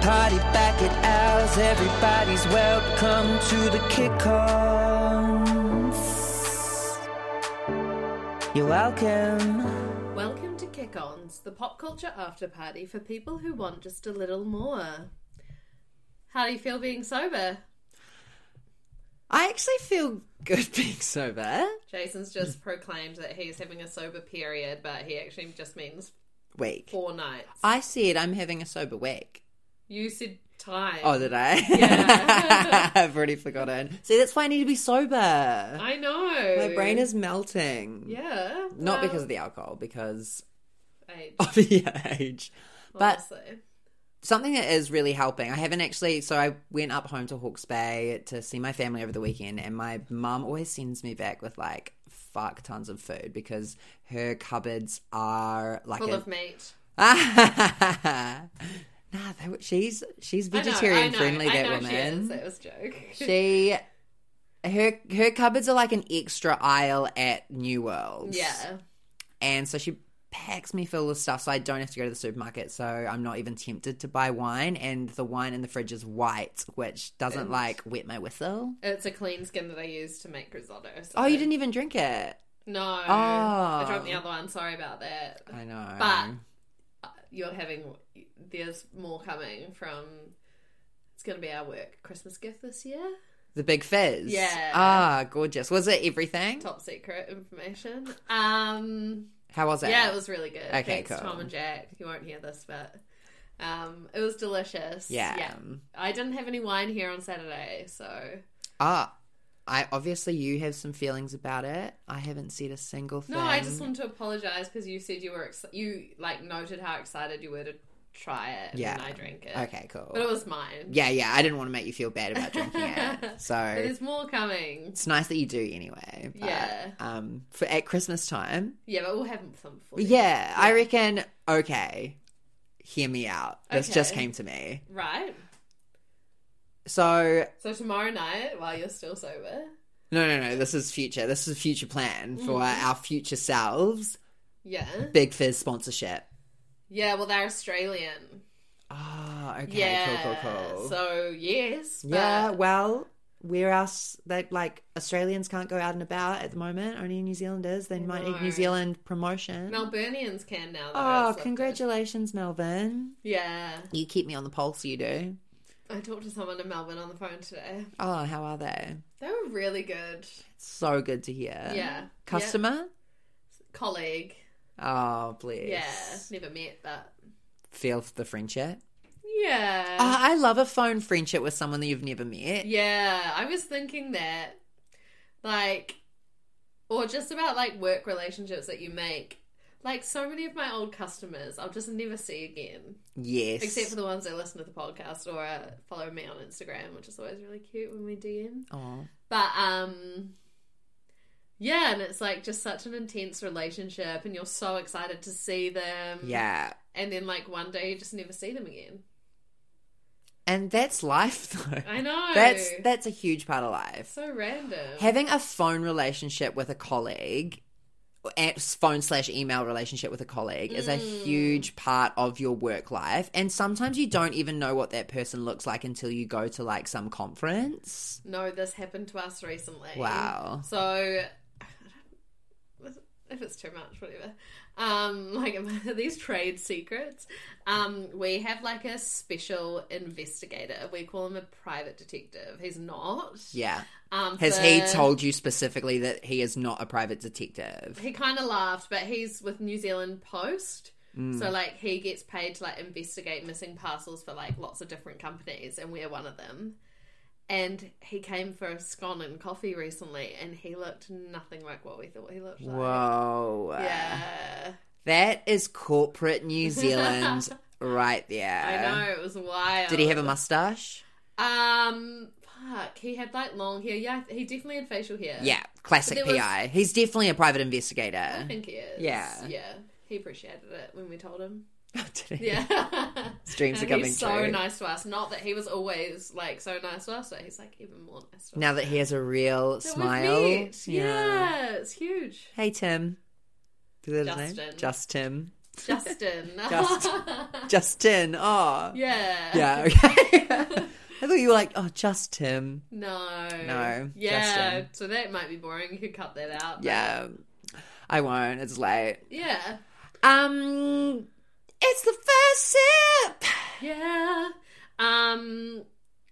Party back at ours, everybody's welcome to the Kick Ons. You're welcome. Welcome to Kick Ons, the pop culture after party for people who want just a little more. How do you feel being sober? I actually feel good being sober. Jason's just proclaimed that he's having a sober period, but he actually just means Week. four nights. I said I'm having a sober week. You said time. Oh, did I? Yeah. I've already forgotten. See, that's why I need to be sober. I know. My brain is melting. Yeah. Not well, because of the alcohol, because age, of the age. But honestly. something that is really helping. I haven't actually. So I went up home to Hawke's Bay to see my family over the weekend, and my mum always sends me back with like fuck tons of food because her cupboards are like full a- of meat. nah, they, were- she's she's I know, I vegetarian know, friendly. I that know woman. She is. That was a joke. she her her cupboards are like an extra aisle at New World. yeah. And so she packs me full of stuff so I don't have to go to the supermarket. So I'm not even tempted to buy wine and the wine in the fridge is white, which doesn't And- like wet my whistle. It's a clean skin that I use to make risotto. so- Oh, you didn't e- Oh. even drink it. No. I dropped the other one. Sorry about that. I know. But- You're having. There's more coming from. It's going to be our work Christmas gift this year. the big fizz. Yeah. Ah, gorgeous. Was it everything? Top secret information. Um. How was it? Yeah, it was really good. Okay, Thanks, cool. Tom and Jack. You won't hear this, but um, it was delicious. Yeah. I didn't have any wine here on Saturday, so Ah, I obviously you have some feelings about it. I haven't said a single thing. No, I just wanted to apologize because you said you were ex- you like noted how excited you were to try it. Yeah. and I drank it. Okay, cool. but it was mine. yeah, yeah. I didn't want to make you feel bad about drinking it, But so there's more coming. it's nice that you do anyway. but, Yeah. Um, for at Christmas time. Yeah, but we'll have some before. Yeah, then. I reckon. Okay, hear me out. This just Okay. came to me. Right. So So tomorrow night, while you're still sober, no, no, no. This is future. This is a future plan for Mm-hmm. our future selves. yeah, Big Fizz sponsorship. yeah. Well, they're Australian. Ah, okay, yeah. cool, cool, cool. So yes. But, Yeah, well, where else that like Australians can't go out and about at the moment, only New Zealanders. They might need know. New Zealand promotion. Melburnians can now. that Oh, it's lifted. congratulations, Melvin. Yeah, You keep me on the pulse, you do. I talked to someone in Melbourne on the phone today. Oh, how are they? They were really good. So good to hear. Yeah. Customer? Colleague. Oh, bless. Yeah, never met, but Feel the friendship. yeah, Oh, I love a phone friendship with someone that you've never met. yeah. I was thinking that, like, or just about like work relationships that you make. Like so many of my old customers, I'll just never see again, Yes. except for the ones that listen to the podcast or uh, follow me on Instagram, which is always really cute when we DM. Oh. But um, yeah, and it's like just such an intense relationship, and you're so excited to see them. Yeah. and then like one day you just never see them again. And that's life though. I know. That's that's a huge part of life. So random. Having a phone relationship with a colleague, a- phone slash email relationship with a colleague, is a Mm. huge part of your work life. And sometimes you don't even know what that person looks like until you go to like some conference. no, this happened to us recently. Wow. So, I don't- if it's too much, whatever. Um, like these trade secrets. Um, we have like a special investigator. We call him a private detective. He's not. Yeah. Um, Has he but- told you specifically that he is not a private detective? He kind of laughed, but he's with New Zealand Post. Mm. So like he gets paid to like investigate missing parcels for like lots of different companies and we're one of them. And he came for a scone and coffee recently and he looked nothing like what we thought he looked like. Whoa. Yeah. That is corporate New Zealand right there. I know, it was wild. Did he have a mustache? Um, fuck. He had like long hair. Yeah, he definitely had facial hair. Yeah, classic But there was- PI. He's definitely a private I investigator. think he is. Yeah. Yeah. He appreciated it when we told him. Did he? Yeah. His dreams are And coming he's so true. nice to us. Not that he was always like so nice to us, but he's like even more nice to us. Now that he has a real That we've smile. met. yeah, it's huge. Hey Tim. Is that his name? Justin. Just Tim. Justin. Just- Justin. Oh. yeah. Yeah, okay. I thought you were like, oh, just Tim. No. No, Yeah. Justin. So that might be boring. You could cut that out. Yeah. I won't. It's late. Yeah. Um, it's the first sip. Yeah. Um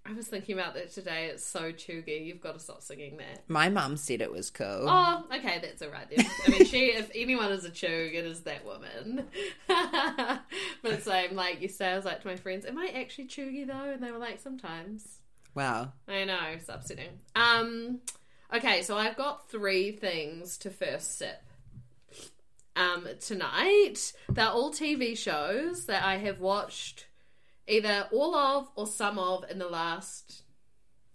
I was thinking about that today. It's so chuggy. You've got to stop singing that. My mum said it was cool. Oh, okay, that's all right then. I mean, she, if anyone is a chug, it is that woman. but same, like you say, I was like to my friends, am I actually chuggy though? And they were like, sometimes. Wow. I know, it's upsetting. Um, okay, so I've got three things to first sip um, tonight. They're all TV shows that I have watched either all of or some of in the last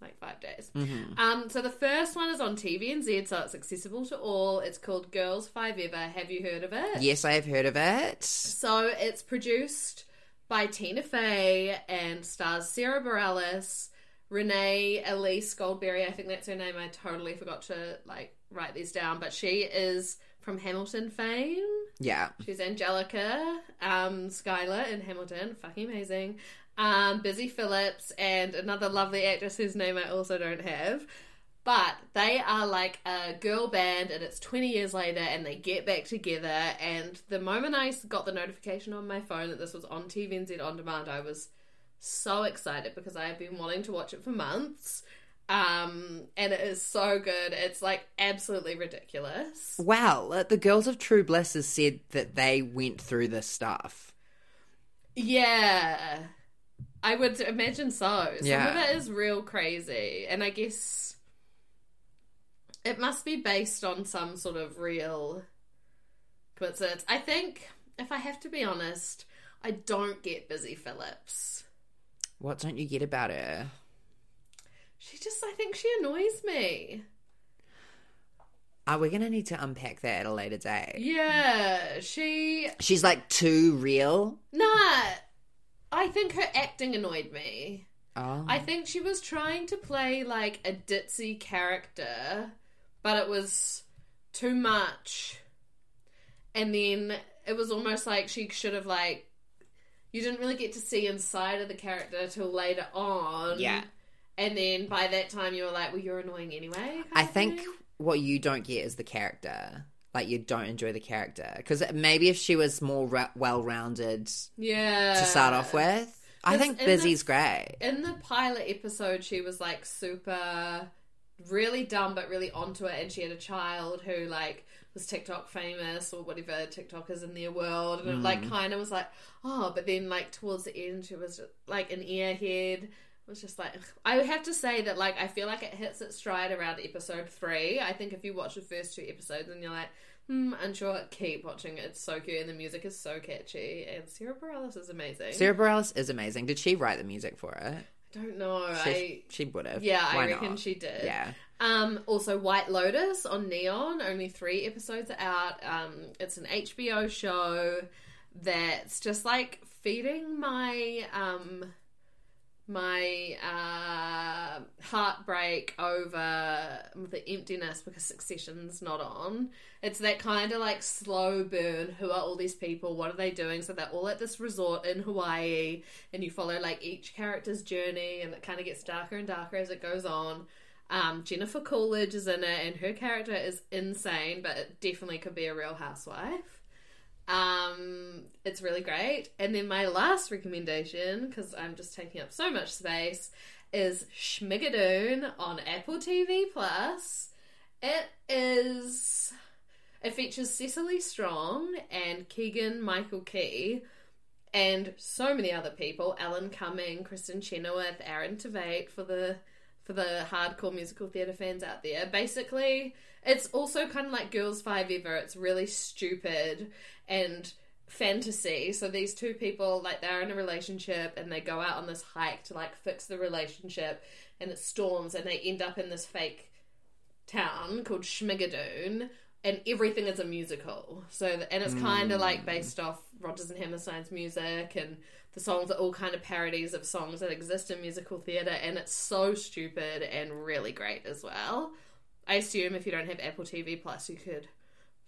like five days. Um, so the first one is on TVNZ, so it's accessible to all. It's called Girls Five Ever. Have you heard of it? Yes, I have heard of it. So it's produced by Tina Fey and stars Sarah Bareilles, Renee Elise Goldberry. I think that's her name. I totally forgot to like write these down, but she is from Hamilton fame. Yeah. She's Angelica, um, Skylar in Hamilton. Fucking amazing. Um, Busy Phillips and another lovely actress whose name I also don't have. But they are like a girl band, and it's 20 years later, and they get back together. And the moment I got the notification on my phone that this was on TVNZ On Demand, I was so excited because I have been wanting to watch it for months. Um, and it is so good. It's like absolutely ridiculous. Well, uh, the girls of True Bliss has said that they went through this stuff. Yeah. I would imagine so. Some of Yeah. it is real crazy. And I guess it must be based on some sort of real coincidence. I think, if I have to be honest, I don't get Busy Phillips. What don't you get about her? She just, I think she annoys me. Are we going to need to unpack that at a later day? Yeah, she. She's like too real. Nah, I think her acting annoyed me. Oh. I think she was trying to play like a ditzy character, but it was too much. And then it was almost like she should have like you didn't really get to see inside of the character till later on. Yeah. And then by that time you were like, well, you're annoying anyway. kind I of think thing. what you don't get is the character. Like you don't enjoy the character because maybe if she was more ra- well-rounded to Yeah. start off with, I 'cause think in the- Busy's great. In the pilot episode, she was like super, really dumb, but really onto it. And she had a child who like was TikTok famous or whatever TikTok is in their world. And it like kind of was like, oh, but then like towards the end, she was like an earhead. It was just like, I have to say that like, I feel like it hits its stride around episode three. I think if you watch the first two episodes and you're like, Hmm, unsure. Keep watching it. It's so cute, and the music is so catchy. And Sarah Bareilles is amazing. Sarah Bareilles is amazing. Did she write the music for it? I don't know. I She, she would have. yeah, Why I reckon not? she did. Yeah. Um, also, White Lotus on Neon. Only three episodes are out. Um, it's an HBO show that's just like feeding my um my uh heartbreak over the emptiness because Succession's not on. It's that kind of like slow burn. Who are all these people? What are they doing? So they're all at this resort in Hawaii, and you follow like each character's journey, and it kind of gets darker and darker as it goes on. Um, Jennifer Coolidge is in it, and her character is insane, but it definitely could be a real housewife. Um, it's really great. And then my last recommendation, because I'm just taking up so much space, is Schmigadoon on Apple TV Plus. It is. It features Cecily Strong and Keegan Michael Key and so many other people: Alan Cumming, Kristen Chenoweth, Aaron Tveit for the for the hardcore musical theatre fans out there. Basically, it's also kind of like Girls Five Ever. It's really stupid and fantasy. So these two people, like, they're in a relationship and they go out on this hike to like fix the relationship, and it storms, and they end up in this fake town called Schmigadoon, and everything is a musical. So th- and it's kind of Hmm. like based off Rodgers and Hammerstein's music, and the songs are all kind of parodies of songs that exist in musical theatre, and it's so stupid and really great as well. I assume if you don't have Apple TV Plus, you could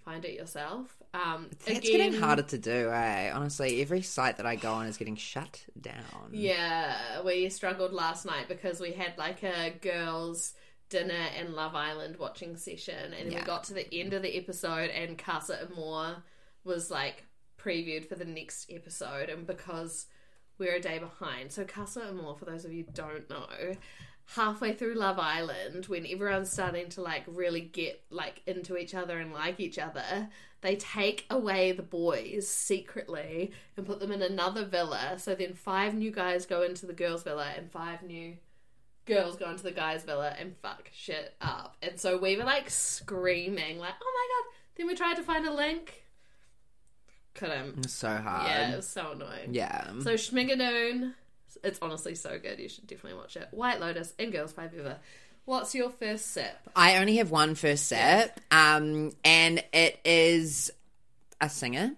find it yourself. Um, It's again- getting harder to do, eh? Honestly, every site that I go on is getting shut down. Yeah, we struggled last night because we had like a girls' dinner and Love Island watching session, and Yeah. we got to the end of the episode, and Casa Amor was like previewed for the next episode, and because we're a day behind, so Casa Amor, for those of you who don't know. Halfway through Love Island, when everyone's starting to like really get like into each other and like each other, they take away the boys secretly and put them in another villa. So then five new guys go into the girls' villa and five new girls go into the guys' villa and fuck shit up. And so we were like screaming, like, oh my god. Then we tried to find a link. Couldn't. It's so hard. Yeah, it was so annoying. Yeah. So Schmigadoon, it's honestly so good. You should definitely watch it. White Lotus and Girls Five Ever. What's your first sip? I only have one first set, um, and it is a singer.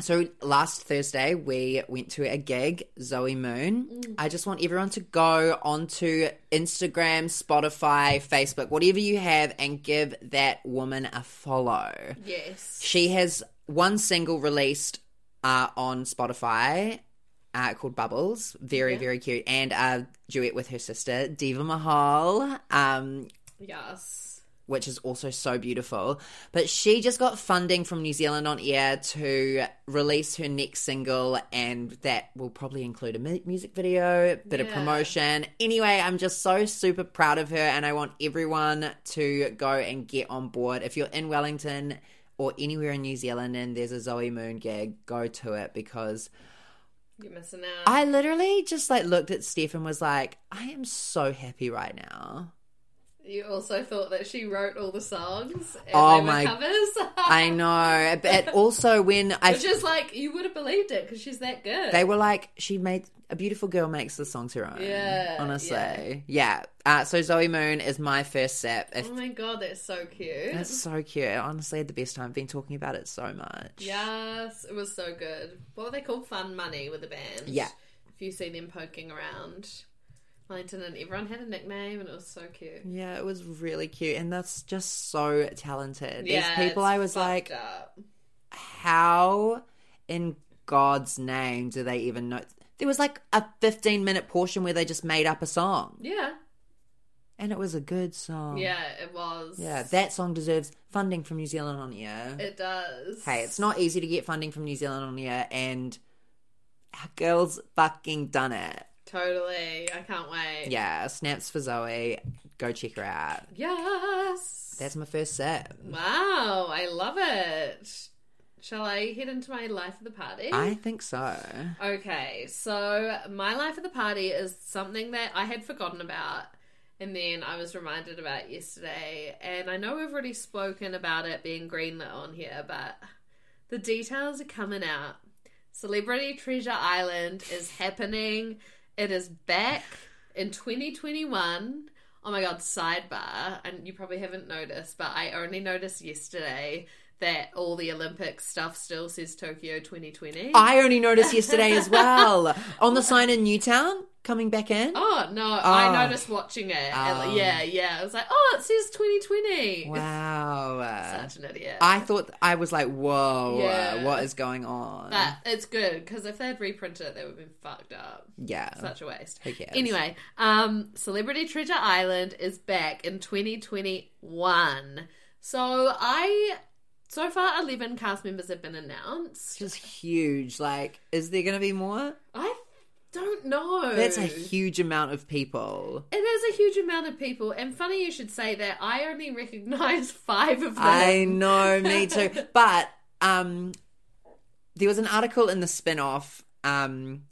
So last Thursday we went to a gig, Zoe Moon. I just want everyone to go onto Instagram, Spotify, Facebook, whatever you have, and give that woman a follow. Yes. She has one single released uh, on Spotify uh, called Bubbles. Very, very cute. And a duet with her sister, Diva Mahal. Um, Yes. which is also so beautiful. But she just got funding from New Zealand on air to release her next single, and that will probably include a mu- music video, a bit of Yeah. promotion. Anyway, I'm just so super proud of her, and I want everyone to go and get on board. If you're in Wellington or anywhere in New Zealand and there's a Zoe Moon gig, go to it because You're missing out. I literally just like looked at Steph and was like, I am so happy right now. You also thought that she wrote all the songs and Oh they were my- covers, I know, but also when I which is like you would have believed it because she's that good. they were like, she made a beautiful girl makes the songs her own. Yeah, honestly, yeah. Uh, so Zoe Moon is my first sip. If, oh my god, that's so cute. That's so cute. I honestly had the best time. I've been talking about it so much. Yes, it was so good. What were they called? Fun Money with the band. Yeah. If you see them poking around, Wellington and everyone had a nickname, and it was so cute. Yeah, it was really cute, and that's just so talented. Yeah, These people, it's I was like, fucked up. how in God's name do they even know? There was like a fifteen-minute portion where they just made up a song, yeah, and it was a good song. yeah, it was. Um, yeah. That song deserves funding from New Zealand on air. it does. Hey, it's not easy to get funding from New Zealand on here, and our girls fucking done it. totally. I can't wait. Yeah, snaps for Zoe. Go check her out. Yes. That's my first set. Wow, I love it. Shall I head into my life of the party? I think so. Okay, so my life of the party is something that I had forgotten about and then I was reminded about yesterday. And I know we've already spoken about it being greenlit on here, but the details are coming out. Celebrity Treasure Island is happening. It is back in 2021. Oh my god, sidebar. And you probably haven't noticed, but I only noticed yesterday that all the Olympic stuff still says Tokyo 2020. I only noticed yesterday as well on the sign in Newtown coming back in. Oh no! Oh. I noticed watching it. and, Oh. yeah, yeah. I was like, oh, it says 2020. Wow. Such an idiot. I thought I was like, whoa, Yeah. what is going on? but it's good because if they'd reprinted it, they would have been fucked up. yeah. Such a waste. Oh, Who cares? Anyway, um, Celebrity Treasure Island is back in 2021. So I, so far, 11 cast members have been announced. just huge. Like, is there going to be more? I don't know. That's a huge amount of people. It is a huge amount of people, and funny you should say that. I only recognise five of them. I know, me too. But um, there was an article in the spin off um,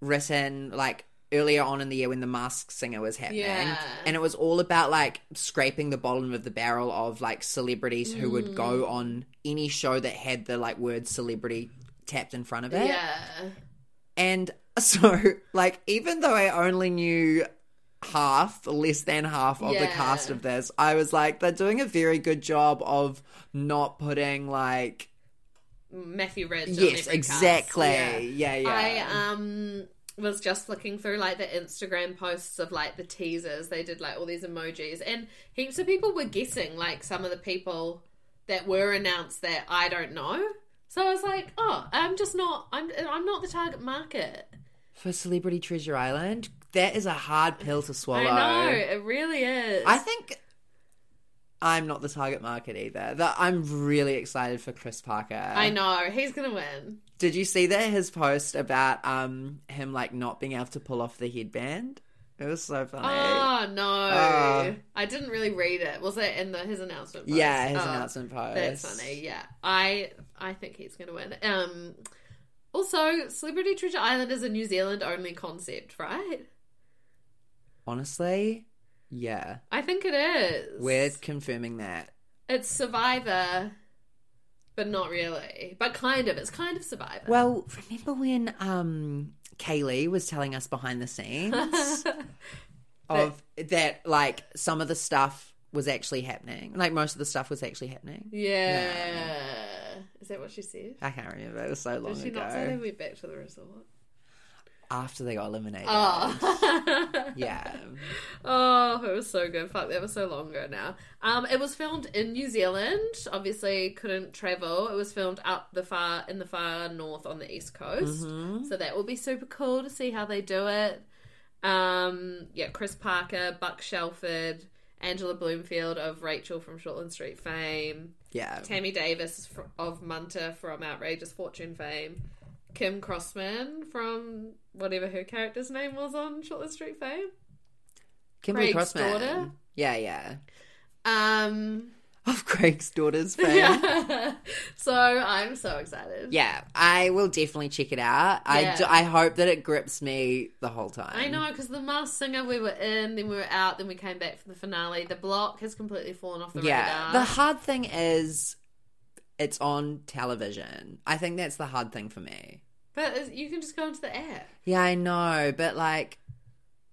written like earlier on in the year when the mask singer was happening Yeah. and it was all about like scraping the bottom of the barrel of like celebrities who would Mm. go on any show that had the like word celebrity tapped in front of it yeah. and so like even though i only knew half less than half of the Yeah. cast of this i was like they're doing a very good job of not putting like Matthew Ridge. on yes every cast. exactly Yeah. yeah yeah, I um was just flicking through like the Instagram posts of like the teasers. They did like all these emojis, and heaps of people were guessing like some of the people that were announced that I don't know. So I was like, oh, I'm just not. I'm I'm not the target market. for celebrity treasure island that is a hard pill to swallow I know it really is. I think I'm not the target market either. That I'm really excited for Chris Parker. I know he's gonna win. Did you see that his post about um him like not being able to pull off the headband? It was so funny. Oh no, Oh. I didn't really read it. Was it in the his announcement? post? yeah, his Oh. announcement post. That's funny. Yeah, I I think he's going to win. Um, also, Celebrity Treasure Island is a New Zealand only concept, right? Honestly, yeah, I think it is. we're confirming that. It's Survivor, but not really. But kind of. It's kind of Survivor. Well, remember when um Kaylee was telling us behind the scenes? of that like some of the stuff was actually happening. Like most of the stuff was actually happening. yeah. Is that what she said? I can't remember. It was so long Did she ago. not say they went back to the resort? After they got eliminated. Oh. Yeah. Oh, it was so good. Fuck, that was so long ago now. Um, it was filmed in New Zealand. Obviously, couldn't travel. It was filmed up the far in the far north on the east coast. Mm-hmm. So that will be super cool to see how they do it. Um, yeah, Chris Parker, Buck Shelford, Angela Bloomfield of Rachel from Shortland Street fame, Yeah. Tammy Davis fr- of Munter from Outrageous Fortune fame, Kim Crossman from whatever her character's name was on Shortland Street fame. Kimberly Craig's Crossman. daughter? Yeah, yeah. Um, Of Craig's daughter's fame. Yeah. yeah. so I'm so excited. I will definitely check it out. I, Yeah. do, I hope that it grips me the whole time. I know because the Masked Singer we were in, then we were out, then we came back for the finale. The block has completely fallen off the yeah. The radar. hard thing is it's on television. I think that's the hard thing for me. but is- you can just go into the app. Yeah, I know, but like,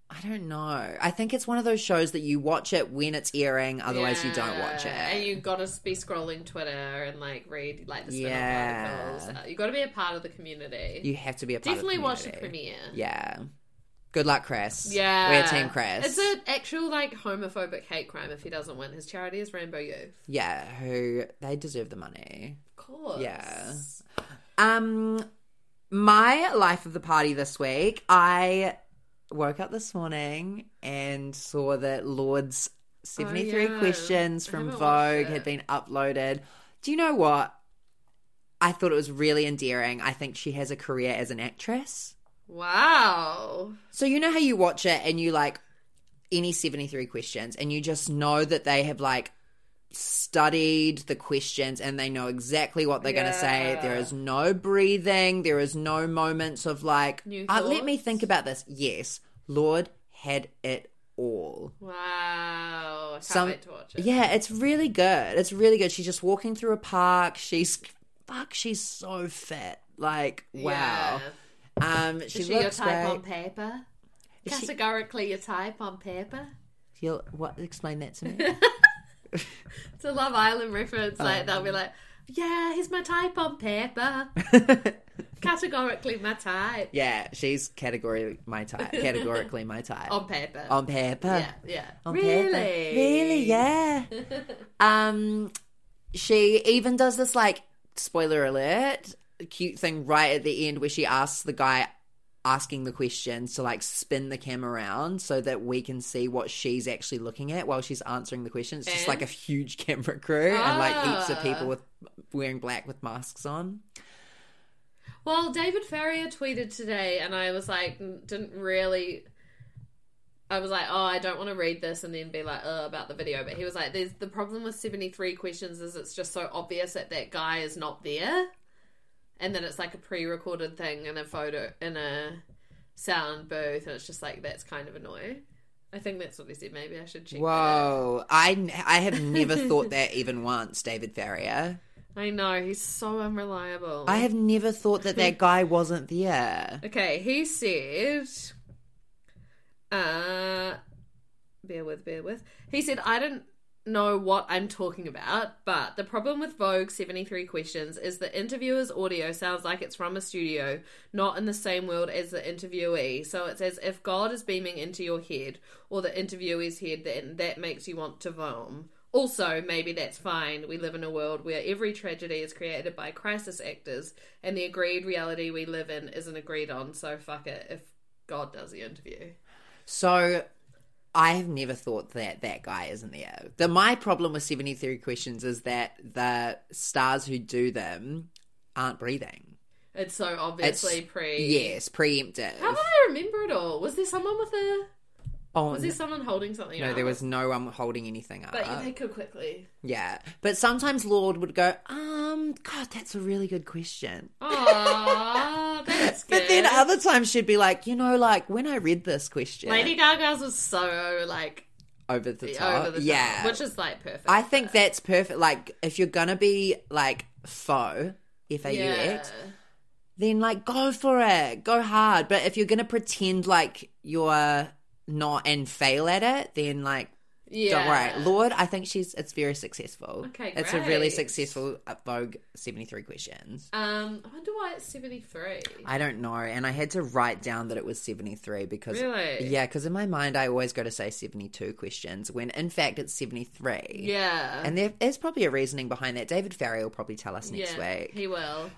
I don't know. I think it's one of those shows that you watch it when it's airing, otherwise you don't watch it. Yeah. And you got to be scrolling Twitter and like read like the spin-off Yeah. articles. Uh, You got to be a part of the community. You have to be a part Definitely of the watch the community. premiere. Yeah. Good luck, Chris. Yeah, We're Team Chris. It's an actual like homophobic hate crime if he doesn't win. His charity is Rainbow Youth, yeah, who they deserve the money. of course. Yeah. Um, my life of the party this week. I woke up this morning and saw that Lord's seventy-three Oh, yeah. questions I from haven't watched Vogue had it. been uploaded. Do you know what? I thought it was really endearing. I think she has a career as an actress. Wow. So you know how you watch it and you like any 73 questions and you just know that they have like studied the questions and they know exactly what they're going to say. Yeah. There is no breathing, there is no moments of like New "Uh, let me thoughts? think about this. Yes, Lord had it all. Wow. I can't Some- wait to watch it. Yeah, it's really good. It's really good. She's just walking through a park. She's fuck, she's so fit. Like, wow. Yeah. Um she, Is she your looks type great. on paper? Is she- Categorically your type on paper? You'll what explain that to me? It's a Love Island reference. Oh. Like, they'll be like, yeah, he's my type on paper. Categorically my type. Yeah, she's category my type. Categorically my type. On paper. on paper. yeah, yeah. Oh, On really? paper. Really, yeah. um she even does this like spoiler alert cute thing right at the end where she asks the guy asking the questions to like spin the camera around so that we can see what she's actually looking at while she's answering the questions. It's just And? like a huge camera crew and like heaps of Ah. people with wearing black with masks on. Well, David Ferrier tweeted today, and I was like, n- didn't really. I was like, oh, I don't want to read this and then be like, oh, about the video. But he was like, there's the problem with 73 questions is it's just so obvious that that guy is not there. And then it's like a pre recorded thing and a photo in a sound booth, and it's just like that's kind of annoying. I think that's what they said. Maybe I should check. that out. Whoa. I, I have never thought that even once, David Farrier. I know he's so unreliable. I have never thought that that guy wasn't there. Okay, he said, uh, bear with, bear with. He said, I don't know what I'm talking about, but the problem with Vogue 73 Questions is the interviewer's audio sounds like it's from a studio, not in the same world as the interviewee. So it's as if God is beaming into your head or the interviewee's head, then that makes you want to vom. Also, maybe that's fine. We live in a world where every tragedy is created by crisis actors, and the agreed reality we live in isn't agreed on, so fuck it if God does the interview. So I have never thought that that guy isn't there. The my problem with 73 questions is that the stars who do them aren't breathing. It's so obviously pre. Yes, preemptive. How do I remember it all? Was there someone with a. Oh, Was there someone holding something no, up? there was uh, no one holding anything up. But they could quickly. Yeah. But sometimes Lord would go, um, God, that's a really good question. Aww, that's good. But then other times she'd be like, you know, like when I read this question Lady Gaga's was so, like, over the top. over the top. yeah. Which is, like, perfect. I think that's perfect. Like if you're gonna be like faux, F A U X, then like go for it. Go hard. But if you're gonna pretend like you're not and fail at it, then like Yeah. Don't worry, Lord. I think she's. It's very successful. Okay, it's a really great. successful uh, Vogue seventy three questions. Um, I wonder why it's 73. I don't know, and I had to write down that it was seventy three because Really? yeah, because in my mind I always go to say seventy two questions when in fact it's seventy three. Yeah. And there is probably a reasoning behind that. David Farrier will probably tell us next yeah, week. He will.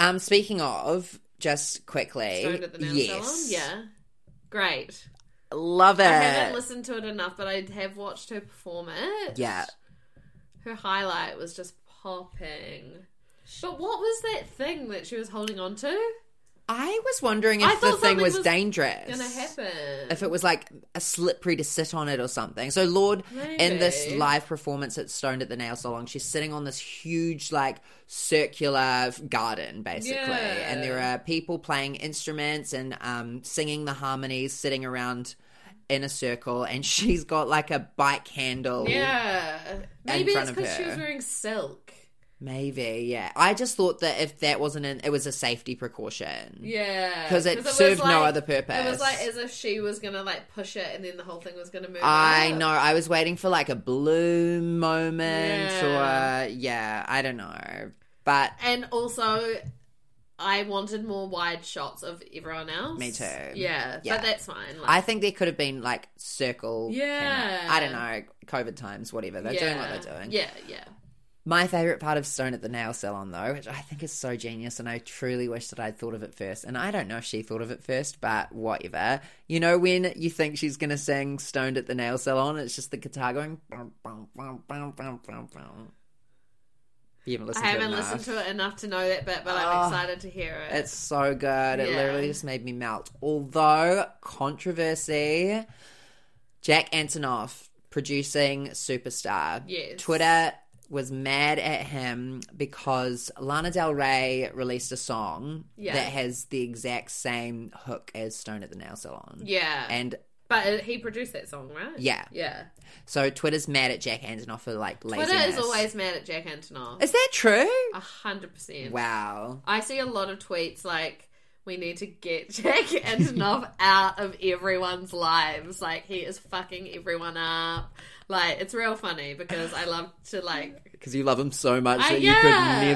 Um, speaking of, just quickly, Stoned at the nail Eh, salon. yes, Yeah. Great. love it. I haven't listened to it enough, but I have watched her perform it. Yeah. Her highlight was just popping. But what was that thing that she was holding on to? I was wondering I if the thought thing something was, was dangerous, Gonna happen. if it was like a slippery to sit on it or something. So, Lord, in this Maybe. live performance at Stoned at the Nail Salon, she's sitting on this huge, like, circular garden, basically. Yeah. And there are people playing instruments and um, singing the harmonies, sitting around in a circle. And she's got like a bike handle. yeah. Maybe front it's of because she her. was wearing silk. Maybe, yeah. I just thought that if that wasn't an, it was a safety precaution. Yeah. 'Cause it was served no other purpose. It was like as if she was gonna like push it and then the whole thing was gonna move. I up. know. I was waiting for like a bloom moment Yeah. or, yeah, I don't know. But And also, I wanted more wide shots of everyone else. Me too. Yeah, Yeah. but that's fine. Like, I think there could have been like circle. Yeah. camera. I don't know. COVID times, whatever. They're doing what they're doing. Yeah, yeah. My favorite part of Stone at the Nail Salon, though, which I think is so genius, and I truly wish that I'd thought of it first. And I don't know if she thought of it first, but whatever. You know, when you think she's going to sing Stoned at the Nail Salon, it's just the guitar going. bum, bum, bum, bum, bum, bum, bum. You haven't listened I to it haven't enough. listened to it enough to know that bit, but Oh, I'm excited to hear it. It's so good. It Yeah. literally just made me melt. Although, controversy, Jack Antonoff producing Superstar. Yes. Twitter was mad at him because Lana Del Rey released a song Yeah. that has the exact same hook as Stone at the Nail Salon. yeah, And but it- he produced that song, right? Yeah. yeah. so Twitter's mad at Jack Antonoff for like laziness. Twitter is always mad at Jack Antonoff. Is that true? A hundred percent. Wow. I see a lot of tweets like, "We need to get Jack Antonoff out of everyone's lives. Like he is fucking everyone up. Like it's real funny because I love to like Because you love him so much Uh, that yeah. you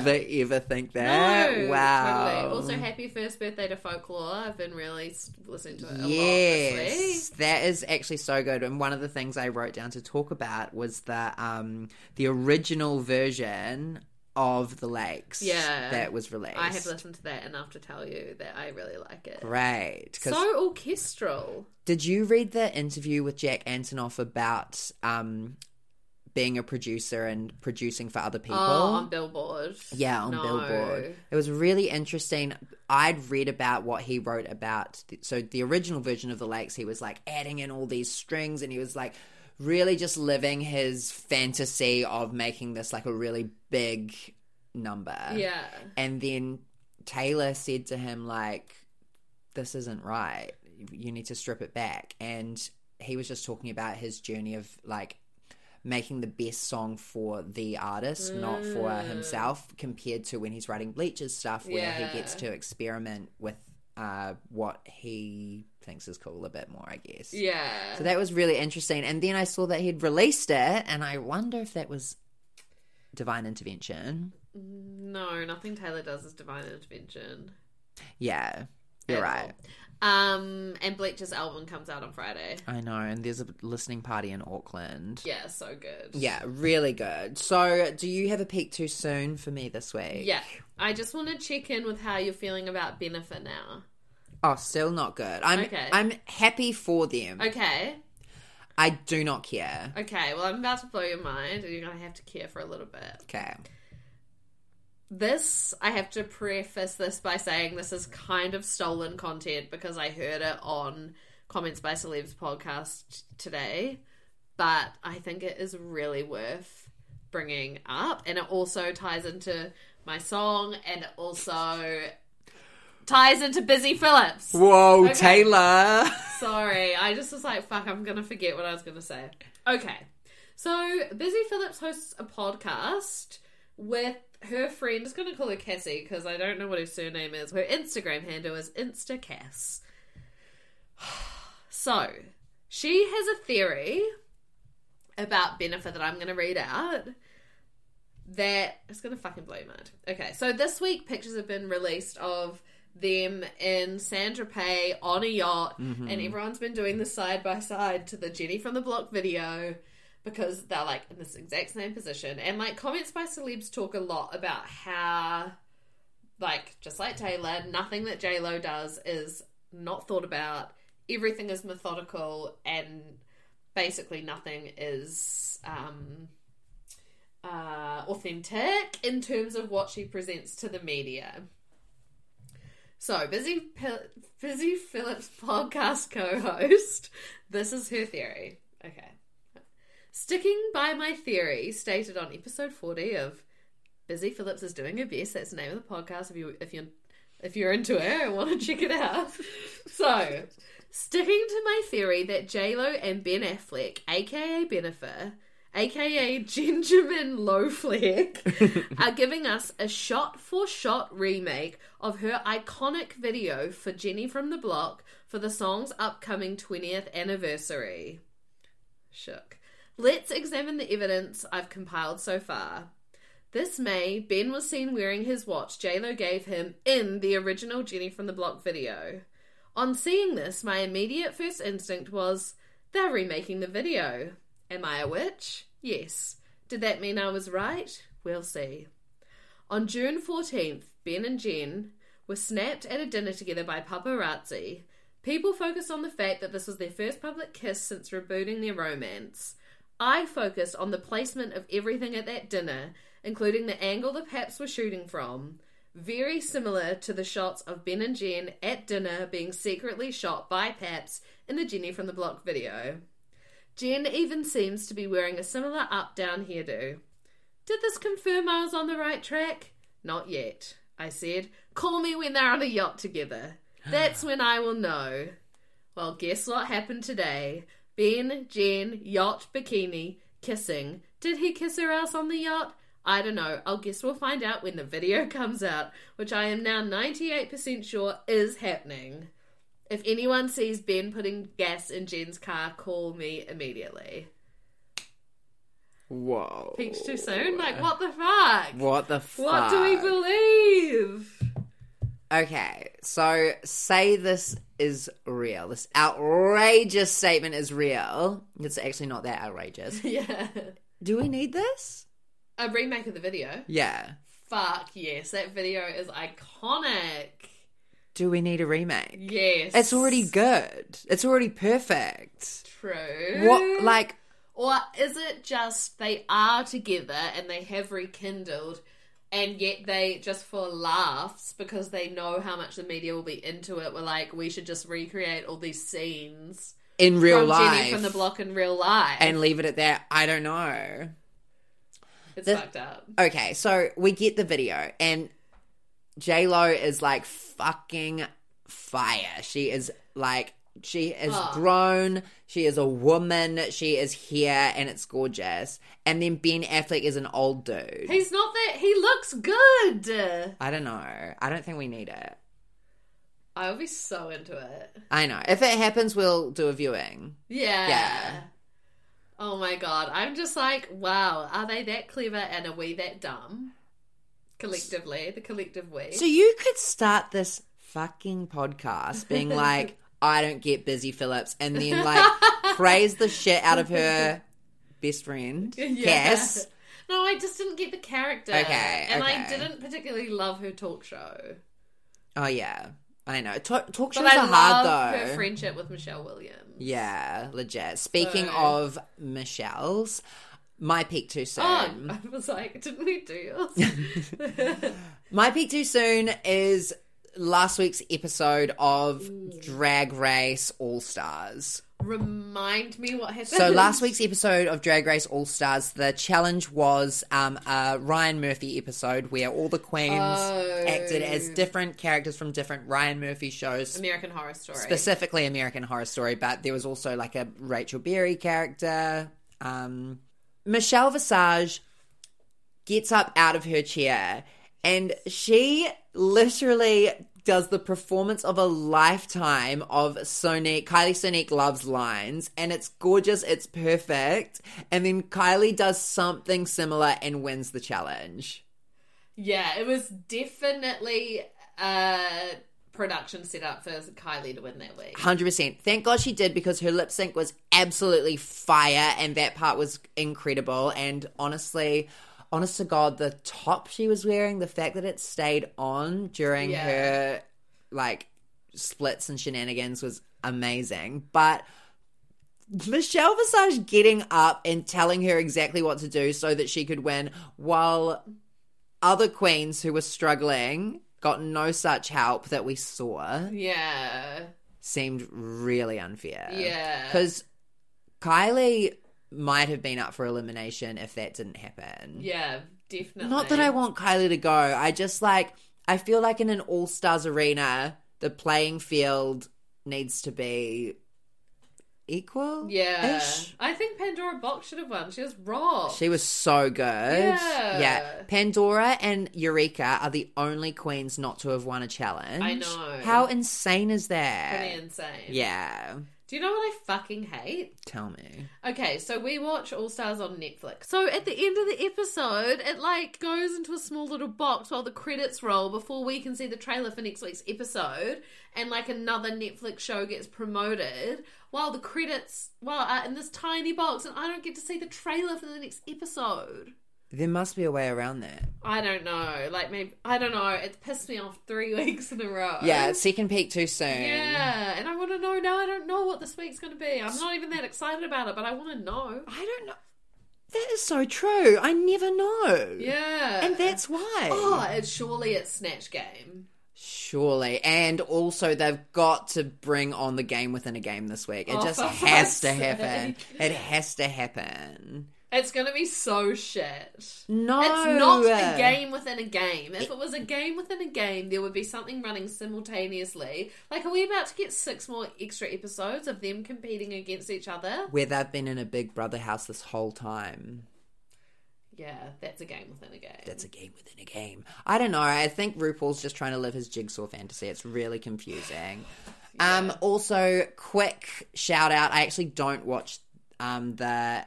could never ever think that. Eh, wow. Totally. Also, happy first birthday to folklore. I've been really s- listening to it a lot this Yes, week. that is actually so good. And one of the things I wrote down to talk about was the um the original version of the lakes. Yeah. that was released. I have listened to that enough to tell you that I really like it. Great. 'Cause So orchestral. did you read the interview with Jack Antonoff about um being a producer and producing for other people? Oh, on Billboard. Yeah, on No. Billboard. It was really interesting. I'd read about what he wrote about. The, so the original version of the lakes, he was like adding in all these strings, and he was like really just living his fantasy of making this like a really big number. Yeah. And then Taylor said to him like, "This isn't right." you need to strip it back. And he was just talking about his journey of like making the best song for the artist, not for Mm. himself, compared to when he's writing Bleach's stuff, where Yeah. he gets to experiment with uh, what he thinks is cool a bit more, I guess. Yeah. So that was really interesting. And then I saw that he'd released it, and I wonder if that was divine intervention. no, nothing Taylor does is divine intervention. Yeah, you're At right. all. Um, and Bleach's album comes out on Friday. I know. And there's a listening party in Auckland. Yeah, so good. Yeah, really good. So, do you have a peek too soon for me this week? Yeah. I just want to check in with how you're feeling about Benefit now. Oh, still not good. I'm Okay. I'm happy for them. Okay. I do not care. Okay. Well, I'm about to blow your mind, and you're going to have to care for a little bit. Okay. This, I have to preface this by saying this is kind of stolen content because I heard it on Comments by Celebs podcast t- today, but I think it is really worth bringing up. And it also ties into my song and it also ties into Busy Phillips. Whoa, Okay. Taylor. Sorry, I just was like, fuck, I'm gonna forget what I was gonna say. Okay, so Busy Phillips hosts a podcast with her friend. Just gonna call her Cassie because I don't know what her surname is. Her Instagram handle is InstaCass. So she has a theory about benefit that I'm gonna read out. That it's gonna fucking blow your mind. Okay, so this week pictures have been released of them in San Tropez on a yacht, Mm-hmm. and everyone's been doing the side by side to the Jenny from the Block video because they're like in this exact same position. And like comments by celebs talk a lot about how, like, just like Taylor, nothing that J Lo does is not thought about. Everything is methodical, and basically nothing is um, uh, authentic in terms of what she presents to the media. So, busy, P- busy Phillips podcast co-host. This is her theory. Okay, sticking by my theory stated on episode forty of Busy Phillips is doing her best. That's the name of the podcast. If you if you if you're into it and want to check it out, so sticking to my theory that J Lo and Ben Affleck, aka Benifer, aka Benjamin Lowfleck, are giving us a shot-for-shot remake of her iconic video for Jenny from the Block for the song's upcoming 20th anniversary. Shook. Let's examine the evidence I've compiled so far. This May, Ben was seen wearing his watch JLo gave him in the original Jenny from the Block video. On seeing this, my immediate first instinct was, they're remaking the video. Am I a witch? Yes. Did that mean I was right? We'll see. On June 14th, Ben and Jen were snapped at a dinner together by paparazzi. People focused on the fact that this was their first public kiss since rebooting their romance. I focused on the placement of everything at that dinner, including the angle the paps were shooting from, very similar to the shots of Ben and Jen at dinner being secretly shot by paps in the Jenny from the Block video. Jen even seems to be wearing a similar up down hairdo. Did this confirm I was on the right track? Not yet, I said. Call me when they're on a yacht together. That's when I will know. Well, guess what happened today? Ben, Jen, yacht, bikini, kissing. Did he kiss her ass on the yacht? I don't know. I'll guess we'll find out when the video comes out, which I am now 98% sure is happening. If anyone sees Ben putting gas in Jen's car, call me immediately. Whoa. Peach too soon? Like, what the fuck? What the fuck? What do we believe? Okay, so say this is real. This outrageous statement is real. It's actually not that outrageous. Yeah. Do we need this? A remake of the video. Yeah. Fuck yes, that video is iconic. Do we need a remake? Yes. It's already good. It's already perfect. true. What like Or is it just they are together and they have rekindled and yet they just for laughs because they know how much the media will be into it, were like, we should just recreate all these scenes in real from life Jenny from the block in real life. and leave it at that? I don't know. it's this- fucked up. Okay, so we get the video and J Lo is like fucking fire. She is like She is Oh. grown. She is a woman. She is here, and it's gorgeous. And then Ben Affleck is an old dude. He's not that. He looks good. I don't know. I don't think we need it. I'll be so into it. I know. If it happens, we'll do a viewing. Yeah. Yeah. Oh my god. I'm just like, wow, are they that clever and are we that dumb? Collectively, the collective we. So you could start this fucking podcast being like, I don't get busy Phillips, and then like praise the shit out of her best friend. Yeah. Yes. No, I just didn't get the character. Okay, And I okay. didn't particularly love her talk show. Oh yeah. I know. Talk, talk shows But I are love hard though. her friendship with Michelle Williams. Yeah, legit. Speaking So- of Michelle's, my peak too soon. Oh, I was like, didn't we do yours? My Peak Too Soon is last week's episode of Drag Race All Stars. Remind me what happened. So last week's episode of Drag Race All Stars, the challenge was um, a Ryan Murphy episode where all the queens Oh. acted as different characters from different Ryan Murphy shows. American Horror Story. Specifically American Horror Story, but there was also like a Rachel Berry character. Um, Michelle Visage gets up out of her chair and she literally does the performance of a lifetime of Sonic Kylie Sonic loves lines and it's gorgeous, it's perfect. And then Kylie does something similar and wins the challenge. Yeah, it was definitely a production set up for Kylie to win that week. Hundred percent. Thank God she did because her lip sync was absolutely fire, and that part was incredible. And honestly, honest to God, the top she was wearing, the fact that it stayed on during Yeah. her like splits and shenanigans was amazing. But Michelle Visage getting up and telling her exactly what to do so that she could win, while other queens who were struggling got no such help that we saw Yeah. seemed really unfair. Yeah. Because Kylie might have been up for elimination if that didn't happen. Yeah, definitely. Not that I want Kylie to go. I just like, I feel like in an all stars arena, the playing field needs to be equal. Yeah. Ish. I think Pandora Box should have won. She was wrong. She was so good. Yeah. Yeah. Pandora and Eureka are the only queens not to have won a challenge. I know. How insane is that? Pretty insane. Yeah. Do you know what I fucking hate? Tell me. Okay, so we watch All Stars on Netflix. So at the end of the episode, it like goes into a small little box while the credits roll before we can see the trailer for next week's episode, and like another Netflix show gets promoted while the credits well are in this tiny box, and I don't get to see the trailer for the next episode. There must be a way around that. I don't know, like maybe I don't know. It's pissed me off three weeks in a row. Yeah, it's second peak too soon. Yeah, and I want to know now. I don't know what this week's going to be. I'm not even that excited about it, but I want to know. I don't know. That is so true. I never know. Yeah. And that's why. Oh, it's surely it's Snatch Game. Surely. And also, they've got to bring on the game within a game this week. It Oh, just for has fuck's to happen. sake. It has to happen. It's gonna be so shit. No. It's not a game within a game. If it was a game within a game, there would be something running simultaneously. Like, are we about to get six more extra episodes of them competing against each other? Where they've been in a big brother house this whole time. Yeah, that's a game within a game. That's a game within a game. I don't know. I think RuPaul's just trying to live his jigsaw fantasy. It's really confusing. Um, also, quick shout out. I actually don't watch um, the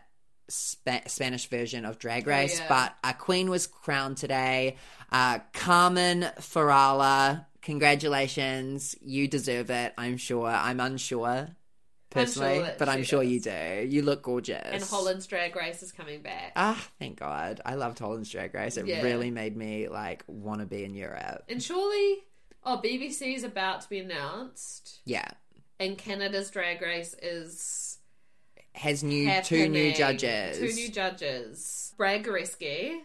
Spa- Spanish version of Drag Race, Oh, yeah. but a queen was crowned today. Uh, Carmen Farala. Congratulations. You deserve it. I'm sure. I'm unsure personally, that but she I'm sure does. you do. You look gorgeous. And Holland's Drag Race is coming back. Ah, thank God. I loved Holland's Drag Race. It Yeah. really made me like want to be in Europe. and surely, oh, BBC is about to be announced, Yeah. and Canada's Drag Race is Has new two new happening. judges. Two new judges. Brad Goreski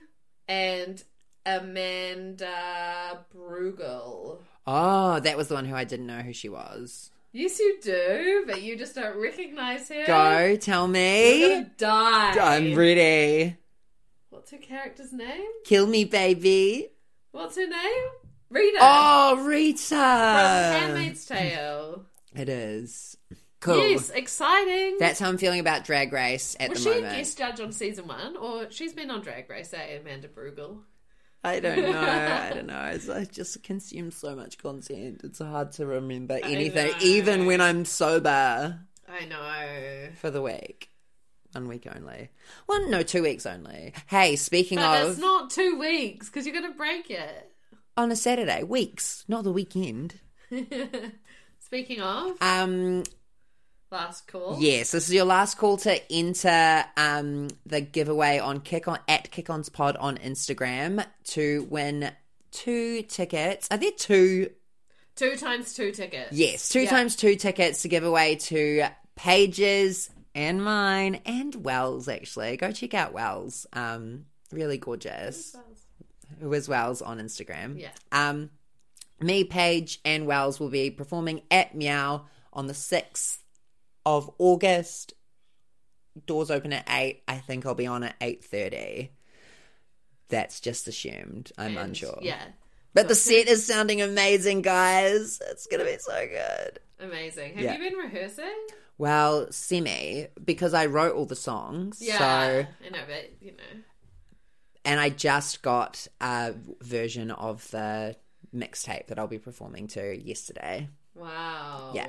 and Amanda Bruegel. oh, that was the one who I didn't know who she was. Yes, you do, but you just don't recognize her. Go, tell You're me. gonna die. I'm ready. What's her character's name? Kill me, baby. What's her name? Rita. Oh, Uh. From Rita. Handmaid's Tale. It is. Cool. Yes, exciting. That's how I'm feeling about Drag Race at the was she a moment. guest judge on season one, or she's been on Drag Race? Eh, Amanda Brugel. I don't know. I don't know. It's, I just consume so much content. It's hard to remember anything, know. even when I'm sober I know. for the week. One week only. One, no, two weeks only. Hey, speaking But of, it's not two weeks because you're going to break it. on a Saturday, weeks, not the weekend. Speaking of, Um, last call. Yes, this is your last call to enter um, the giveaway on Kick on at Kick On's Pod on Instagram to win two tickets. Are there two? Two times two tickets. Yes, two Yeah. times two tickets to give away to Pages and mine and Wells. Actually, go check out Wells. Um, really gorgeous. Who is Wells on Instagram? Yeah. Um, me, Paige, and Wells will be performing at Meow on the 6th of August. Doors open at 8. I think I'll be on at 8.30. That's just assumed. I'm And, unsure. Yeah. But the set is sounding amazing, guys. It's going to be so good. Amazing. Have Yeah. you been rehearsing? Well, semi, because I wrote all the songs. So, I know, but you know. and I just got a version of the mixtape that I'll be performing to yesterday. Wow. Yeah.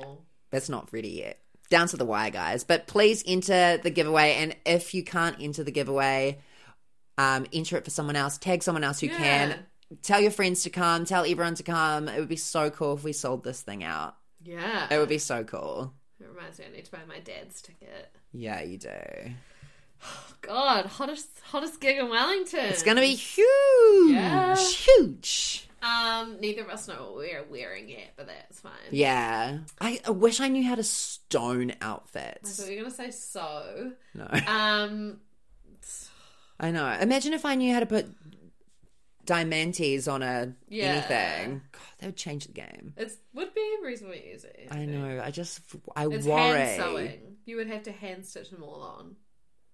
That's not ready yet. Down to the wire, guys. But please enter the giveaway. And if you can't enter the giveaway, um, enter it for someone else. Tag someone else who Yeah. can. Tell your friends to come. Tell everyone to come. It would be so cool if we sold this thing out. Yeah. It would be so cool. It reminds me, I need to buy my dad's ticket. Yeah, you do. God, hottest hottest gig in Wellington. It's going to be huge. Yeah. Huge. Um, neither of us know what we're wearing yet, but that's fine. Yeah. I, I wish I knew how to stone I thought outfits. you were gonna say so. No. Um, I know. Imagine if I knew how to put diamantes on a Yeah. anything. God, that would change the game. it would be reasonably easy. I know. I just I It's hand worry. sewing. You would have to hand stitch them all on.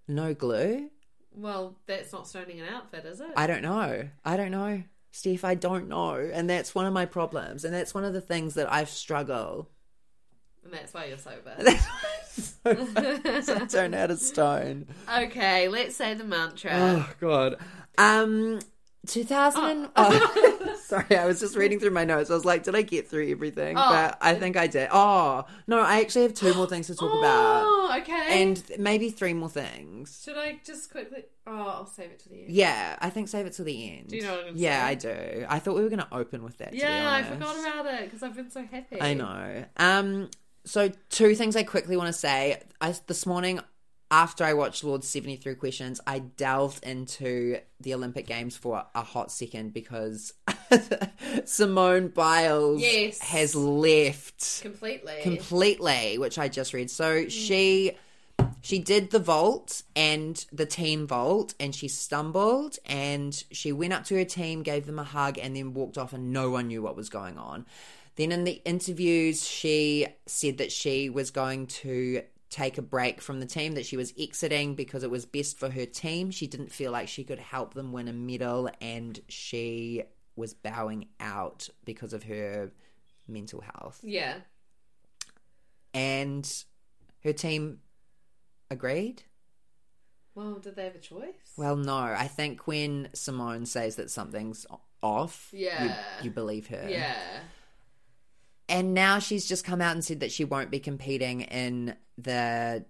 No glue. Well, that's not stoning an outfit, is it? I don't know. I don't know, Steph. I don't know, and that's one of my problems, and that's one of the things that I've struggle. and that's why you're sober. That's why I'm so bad, 'cause I don't know how to stone. okay, let's say the mantra. Oh God. Um. 2000 and- oh. sorry i was just reading through my notes i was like did i get through everything Oh. but i think i did oh no i actually have two more things to talk about Oh, okay. and maybe three more things should I just quickly? Oh, I'll save it to the end. yeah i think save it till the end Do you know what I'm yeah saying? i do i thought we were going to open with that to be Yeah, I honest. forgot about it because I've been so happy. I know. Um, so two things I quickly want to say. I this morning after I watched Lord's seventy three questions, I delved into the Olympic Games for a hot second because Simone Biles Yes. has left completely. completely, which I just read. So she she did the vault and the team vault, and she stumbled, and she went up to her team, gave them a hug, and then walked off, and no one knew what was going on. Then in the interviews, she said that she was going to take a break from the team that she was exiting because it was best for her team. She didn't feel like she could help them win a medal and she was bowing out because of her mental health yeah. and her team agreed. Well, did they have a choice? Well, no, I think when Simone says that something's off, you- Yeah. you, believe her. yeah. And now she's just come out and said that she won't be competing in the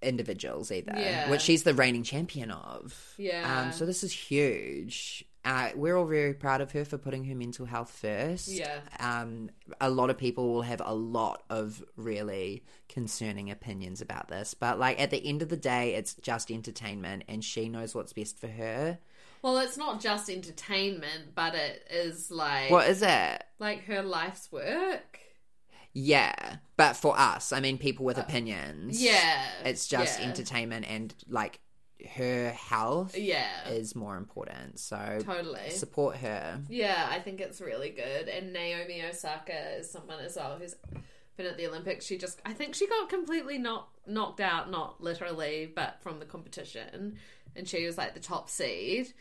individuals either, Yeah. which she's the reigning champion of. Yeah. Um, so this is huge. Uh, we're all very proud of her for putting her mental health first. Yeah. Um, a lot of people will have a lot of really concerning opinions about this, but like at the end of the day, it's just entertainment, and she knows what's best for her. Well, it's not just entertainment, but it is like What is it? like her life's work. Yeah, but for us, I mean, people with opinions. Uh, Yeah. it's just yeah. entertainment, and like her health Yeah. is more important. So totally. support her. Yeah, I think it's really good. And Naomi Osaka is someone as well who's been at the Olympics. She just, I think she got completely not knocked out, not literally, but from the competition. And she was like the top seed.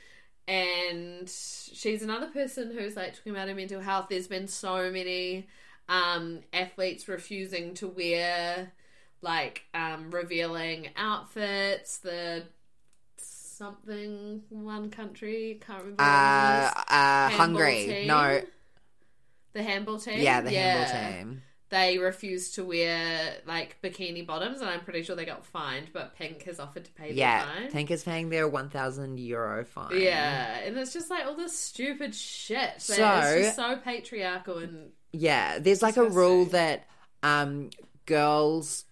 And she's another person who's like talking about her mental health. There's been so many um, athletes refusing to wear like um, revealing outfits. The something one country can't remember. Uh, what it was. uh, Handball Hungary. team? No. the handball team. Yeah, the handball team. They refused to wear like bikini bottoms, and I'm pretty sure they got fined. But Pink has offered to pay the Yeah. fine. Tank is paying their 1,000 euro fine. Yeah, and it's just like all this stupid shit. So So- it's just so patriarchal and Yeah, there's like a rule Disgusting. that um, girls.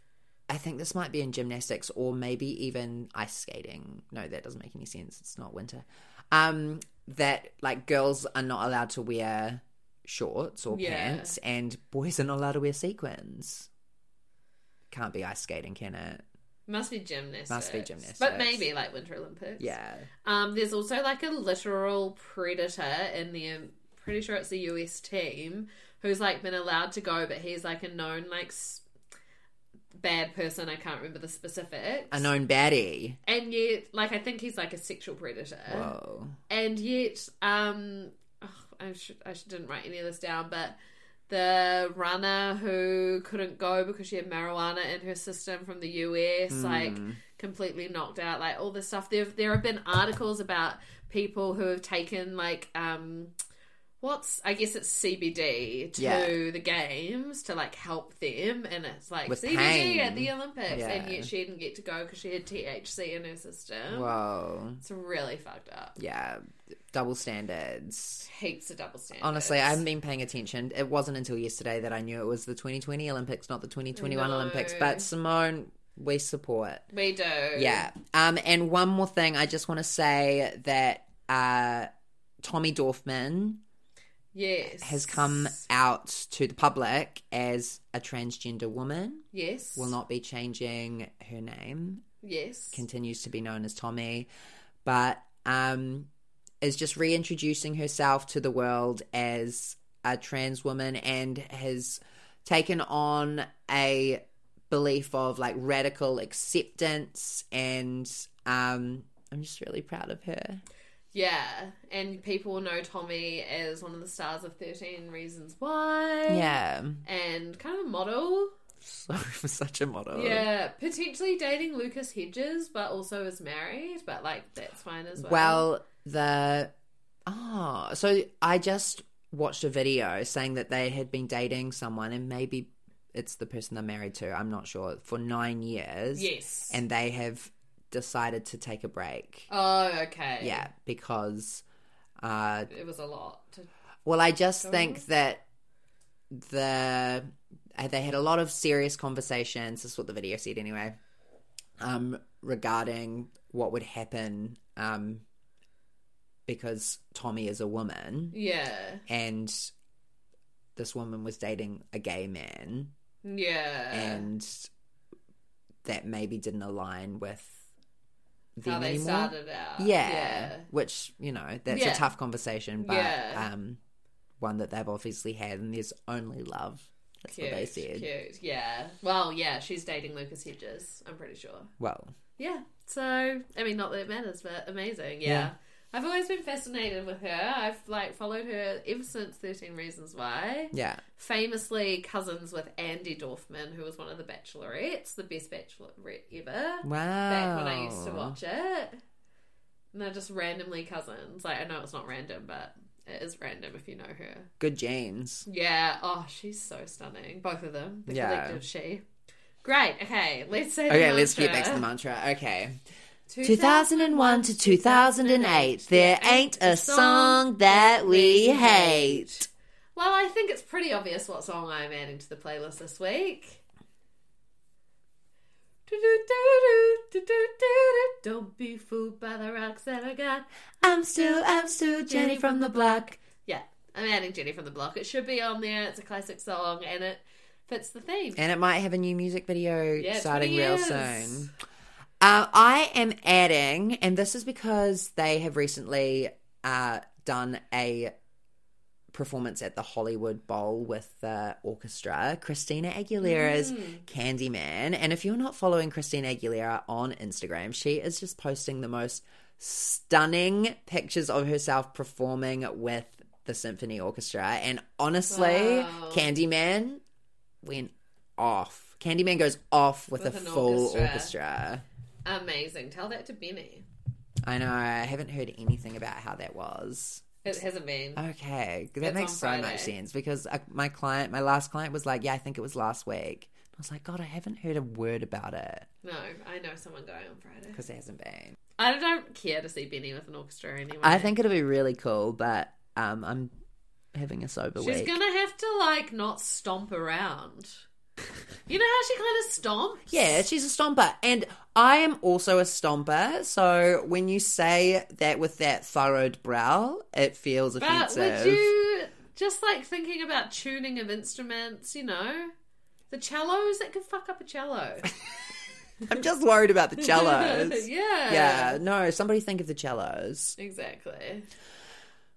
I think this might be in gymnastics or maybe even ice skating. No, that doesn't make any sense. It's not winter. Um, that like girls are not allowed to wear shorts or Yeah. pants, and boys are not allowed to wear sequins. Can't be ice skating, can it? must be gymnastics. Must be but gymnastics. maybe like Winter Olympics. Yeah, Um, there's also like a literal predator in the um, pretty sure it's the US team who's like been allowed to go, but he's like a known like s- bad person. I can't remember the specifics. a known baddie. And yet, like I think he's like a sexual predator. Whoa. and yet um oh, I, should, I should, didn't write any of this down but the runner who couldn't go because she had marijuana in her system from the US Hmm. like completely knocked out like all this stuff there there have been articles about people who have taken like um what's I guess it's CBD to Yeah. the games to like help them and it's like With CBD pain. at the Olympics and Yeah. yet she didn't get to go because she had THC in her system Whoa. it's really fucked up Yeah, double standards. hates the double standard. Honestly, I haven't been paying attention. It wasn't until yesterday that I knew it was the 2020 Olympics, not the 2021 No. Olympics. But Simone, we support. we do. Yeah. Um, and one more thing, I just want to say that uh, Tommy Dorfman yes, has come out to the public as a transgender woman. Yes, Will not be changing her name. Yes, Continues to be known as Tommy, but um, is just reintroducing herself to the world as a trans woman and has taken on a belief of like radical acceptance and um I'm just really proud of her. yeah. And people know Tommy as one of the stars of Thirteen Reasons Why. Yeah. and kind of model. So such a model. Yeah, potentially dating Lucas Hedges, but also is married. But like that's fine as well. Well, the oh, so I just watched a video saying that they had been dating someone, and maybe it's the person they're married to. I'm not sure for nine years. yes, and they have decided to take a break. oh okay, Yeah, because uh, it was a lot. To, well, I just Go think that the uh, they had a lot of serious conversations. This is what the video said, anyway, um, regarding what would happen um, because Tommy is a woman yeah, and this woman was dating a gay man, yeah. and that maybe didn't align with them how they anymore. started out. Yeah. Which, you know, that's Yeah. a tough conversation, but Yeah. um one that they've obviously had and there's only love. That's what they said. Cute. Yeah. Well, yeah, she's dating Lucas Hedges, I'm pretty sure. Well, Yeah. So, I mean, not that it matters, but amazing. Yeah. Yeah. I've always been fascinated with her. I've like followed her ever since 13 Reasons Why. yeah. Famously cousins with Andy Dorfman, who was one of the bachelorettes, the best bachelorette ever. Wow. Back when I used to watch it. And they're just randomly cousins. Like, I know it's not random, but it is random if you know her. Good genes. Yeah. Oh, she's so stunning. Both of them. The Yeah. collective she. Great. Okay. Let's say. the Okay, let's get back to the mantra. mantra. Okay. 2001 to 2008, there ain't a song that we hate. Well, I think it's pretty obvious what song I'm adding to the playlist this week. Don't be fooled by the rocks that I got. I'm still, I'm still Jenny from the block. Yeah, I'm adding Jenny from the Block. It should be on there. It's a classic song and it fits the theme. And it might have a new music video Yeah, it starting really real is. soon. Uh, I am adding, and this is because they have recently uh, done a performance at the Hollywood Bowl with the orchestra, Christina Aguilera's Mm. Candyman. And if you're not following Christina Aguilera on Instagram, she is just posting the most stunning pictures of herself performing with the symphony orchestra. And honestly, Wow. Candyman went off. Candyman goes off with, With a an full orchestra. orchestra. Amazing. Tell that to Benny. I know. I haven't heard anything about how that was. It hasn't been. Okay, that It's makes on so Friday. much sense because uh my client, my last client, was like, "Yeah, I think it was last week." I was like, "God, I haven't heard a word about it No, I know someone going on Friday. because it hasn't been." I don't care to see Benny with an orchestra anyway. I think it'll be really cool, but um, I'm having a sober she's week. gonna have to like not stomp around. you know how she kind of stomps? Yeah, she's a stomper, and I am also a stomper. So when you say that with that furrowed brow, it feels But offensive. would you just like thinking about tuning of instruments? You know, the cellos that could fuck up a cello. I'm just worried about the cellos. yeah. yeah, no, somebody think of the cellos. Exactly.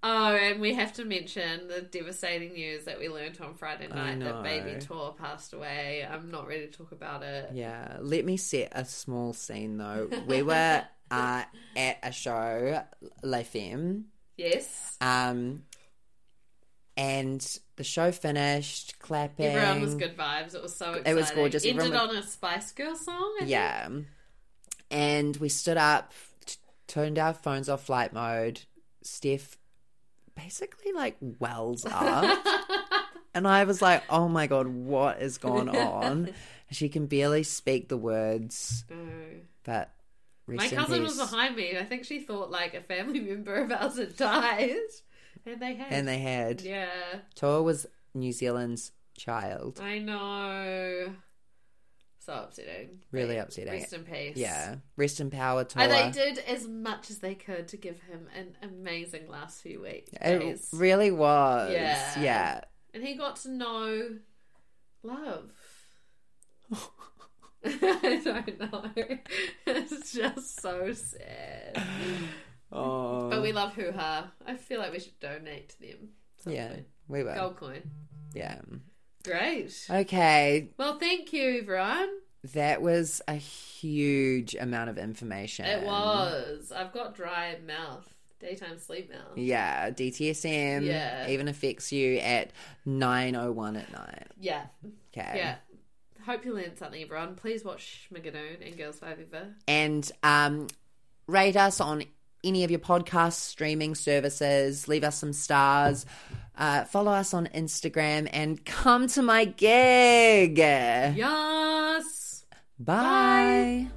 Oh, and we have to mention the devastating news that we learnt on Friday night know. that baby Tor passed away. I'm not ready to talk about it. Yeah, let me set a small scene though. We were uh, at a show, La Femme, Yes. um, and the show finished, clapping. Everyone was good vibes. It was so exciting. It was gorgeous. Ended Everyone on a Spice Girl song. I think. Yeah. And we stood up, t- turned our phones off flight mode. Steph basically like wells up. and I was like, oh my God, what is going on? she can barely speak the words, No. but. My rest in cousin was peace. behind me, and I think she thought like a family member of ours had died, and they had. And they had. yeah, Toa was New Zealand's child. I know. So upsetting. Really But upsetting. Rest in peace. Yeah. Rest in power, Toa. And they did as much as they could to give him an amazing last few weeks. It really was. Yeah. Yeah. And he got to know love. I don't know. It's just so sad. Oh. But we love Hoo Ha. I feel like we should donate to them. yeah. something. We were. Gold coin. Yeah. Great. Okay. Well, thank you, everyone. That was a huge amount of information. It was. I've got dry mouth, daytime sleep mouth. Yeah, DTSM Yeah. even affects you at 9.01 at night. Yeah. Okay. Yeah. Hope you learned something, everyone. Please watch Megadoon and Girls Five Ever. and um, rate us on any of your podcast streaming services. Leave us some stars. Uh, follow us on Instagram and come to my gig. Yes. Bye.